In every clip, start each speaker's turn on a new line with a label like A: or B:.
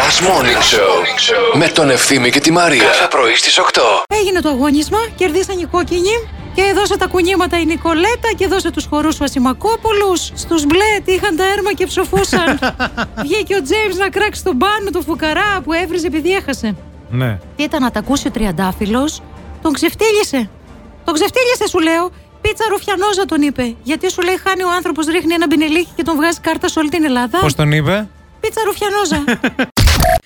A: Last Morning Show με τον Ευθύμη και τη Μαρία. Κάθε πρωί στις 8.
B: Έγινε το αγωνίσμα, κερδίσαν οι κόκκινοι και δώσε τα κουνήματα η Νικολέτα και δώσε τους χορούς του Ασημακόπουλου. Στους μπλε είχαν τα έρμα και ψοφούσαν. Βγήκε ο Τζέιμ να κράξει τον πάνω του φουκαρά που έβριζε επειδή έχασε.
C: Ναι.
B: Και ήταν να τα ακούσει ο Τριαντάφυλλος, τον ξεφτύλισε. Τον ξεφτύλισε, σου λέω. Πίτσα ρουφιανόζα τον είπε. Γιατί σου λέει χάνει ο άνθρωπος, ρίχνει ένα μπινελίκι και τον βγάζει κάρτα σε όλη την Ελλάδα.
C: Πώς τον είπε.
B: Πίτσα ρουφιανόζα.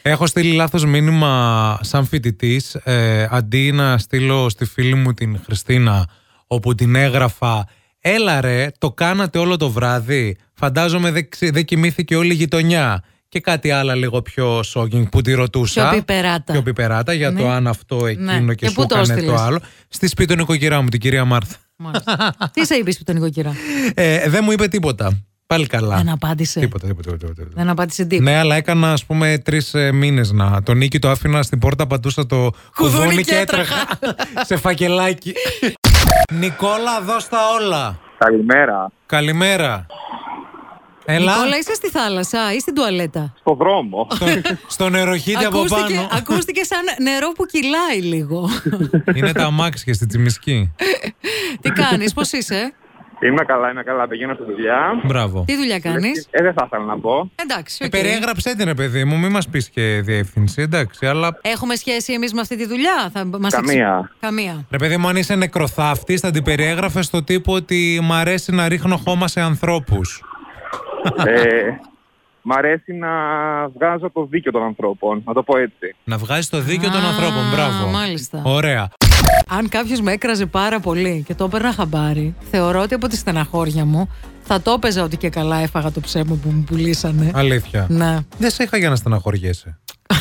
C: Έχω στείλει λάθος μήνυμα σαν φοιτητής. Ε, αντί να στείλω στη φίλη μου την Χριστίνα, όπου την έγραφα. Έλα ρε, το κάνατε όλο το βράδυ. Φαντάζομαι δεν ξε- δεν κοιμήθηκε όλη η γειτονιά. Και κάτι άλλο λίγο πιο σόγκινγκ που τη ρωτούσα.
B: Πιο πιπεράτα.
C: Πιο πιπεράτα για το
B: Ναι.
C: αν αυτό εκείνο
B: Ναι.
C: και,
B: Και
C: σου
B: πού το
C: έκανε το
B: έστειλες?
C: άλλο. Στη σπίτι του νοικοκυρά μου, την κυρία Μάρθα.
B: Μάλιστα. Τι σε είπε που τον οικοκυρά.
C: Ε, δεν μου είπε τίποτα. Πάλι καλά.
B: Δεν απάντησε.
C: Τίποτα, τίποτα, τίποτα, τίποτα.
B: Δεν απάντησε τίποτα.
C: Ναι, αλλά έκανα ας πούμε τρεις μήνες να. Το νίκη το άφηνα στην πόρτα, πατούσα το
B: Κουδούνι
C: κουδούνι
B: και
C: και έτρεχα. σε φακελάκι. Νικόλα, δώσ' τα όλα.
D: Καλημέρα.
C: Καλημέρα. Έλα.
B: Όλα είσαι στη θάλασσα ή στην τουαλέτα.
D: Στο δρόμο.
C: Στο νεροχύτη από πάνω.
B: ακούστηκε σαν νερό που κυλάει λίγο.
C: Είναι τα αμάξια στη τσιμισκή.
B: Τι κάνεις, πώς είσαι,
D: είμαι καλά, είμαι καλά. Πηγαίνω στη δουλειά.
C: Μπράβο.
B: τι δουλειά κάνεις.
D: Ε, δεν θα ήθελα να πω.
B: Εντάξει,
C: Ε,
B: οκ.
C: περιέγραψέ την, ρε παιδί μου, μην μας πεις και διεύθυνση, εντάξει, αλλά.
B: Έχουμε σχέση εμείς με αυτή τη δουλειά. Θα μας
D: Καμία.
B: εξ- Καμία.
C: Ρε παιδί μου, αν είσαι νεκροθάφτης, θα την περιέγραφες στο τύπο ότι μ' αρέσει να ρίχνω χώμα σε ανθρώπους.
D: ε, μ' αρέσει να βγάζω το δίκιο των ανθρώπων, να το πω έτσι.
C: Να βγάζεις το δίκιο των
B: Α,
C: ανθρώπων. Μπράβο.
B: μάλιστα.
C: Ωραία.
B: Αν κάποιος με έκραζε πάρα πολύ και το έπαιρνα χαμπάρι, θεωρώ ότι από τη στεναχώρια μου θα το έπαιζα ότι και καλά έφαγα το ψέμα που μου πουλήσανε.
C: Αλήθεια.
B: Ναι.
C: Δεν σε είχα για να στεναχωριέσαι.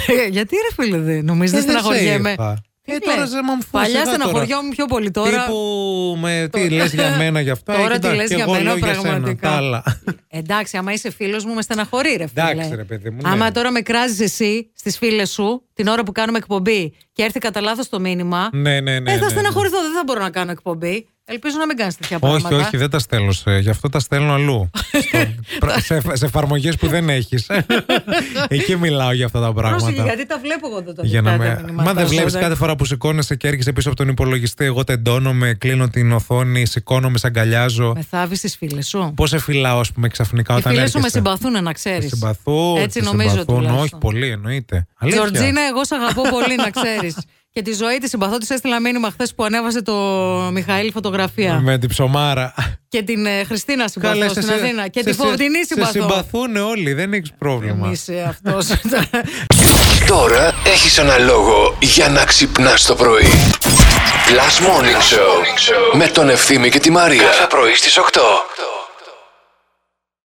B: Ε, Γιατί ρε φίλε, δεν νομίζω
C: Ε,
B: δεν
C: δεν σε
B: στεναχωριέμαι.
C: είχα.
B: Τι
C: Ε,
B: λες.
C: τώρα σε μαμφούς,
B: Παλιά
C: σιγά τώρα.
B: στεναχωριόμουν πιο πολύ τώρα.
C: Τύπου με τι
B: Τώρα-
C: λες για μένα γι' αυτά.
B: Τώρα
C: ε,
B: τι
C: κοιτά,
B: λες
C: κι
B: για
C: εγώ
B: μένα,
C: λέω για σένα,
B: πραγματικά.
C: τα άλλα.
B: Εντάξει, άμα είσαι φίλος μου, με στεναχωρεί, ρε φίλε.
C: Εντάξει, ρε παιδί μου, ναι.
B: Άμα τώρα με κράζεις εσύ στις φίλες σου την ώρα που κάνουμε εκπομπή και έρθει κατά λάθος το μήνυμα.
C: ναι, ναι,
B: ε,
C: ναι.
B: θα
C: ναι, ναι.
B: στεναχωρηθώ, δεν θα μπορώ να κάνω εκπομπή. Ελπίζω να μην κάνεις τέτοια
C: Όχι,
B: πράγματα.
C: όχι, δεν τα στέλνω σε. Γι' αυτό τα στέλνω αλλού. Στο- πρα- σε, σε εφαρμογές που δεν έχεις. Εκεί μιλάω για αυτά τα
B: Πρόσεχε,
C: πράγματα.
B: γιατί τα βλέπω εγώ εδώ τα
C: Για να
B: δικά τα
C: με...
B: μηνύματα
C: Μα δεν
B: σου,
C: βλέπεις
B: εντάξει.
C: κάθε φορά που σηκώνεσαι και έρχεσαι πίσω από τον υπολογιστή. Εγώ τεντώνομαι, κλείνω την οθόνη, σηκώνομαι, σε αγκαλιάζω.
B: Με θάβεις τις φίλες σου.
C: Πώς σε φυλάω, ας πούμε, ξαφνικά
B: Οι
C: όταν
B: φίλες σου με
C: έρχεσαι.
B: συμπαθούν, να ξέρεις.
C: Σε συμπαθούν.
B: Έτσι
C: σε
B: νομίζω
C: συμπαθούν.
B: τουλάχιστον.
C: Όχι, πολύ εννοείται. Αλήθεια.
B: Τζορτζίνα, εγώ σ' αγαπώ πολύ, να ξέρεις. Και τη ζωή της συμπαθώ. Της έστειλα μήνυμα χθες που ανέβασε το Μιχαήλ φωτογραφία.
C: Με την ψωμάρα.
B: Και την ε, Χριστίνα συμπαθώ στην Αθήνα. Και τη Φωτεινή
C: συμπαθούν. Σε
B: συμπαθώ. ε,
C: συμπαθούν όλοι, δεν έχεις πρόβλημα.
B: Είσαι αυτός.
A: Τώρα έχεις ένα λόγο για να ξυπνάς το πρωί. Last Morning Show με τον Ευθύμη και τη Μαρία. Κάθε πρωί στις 8.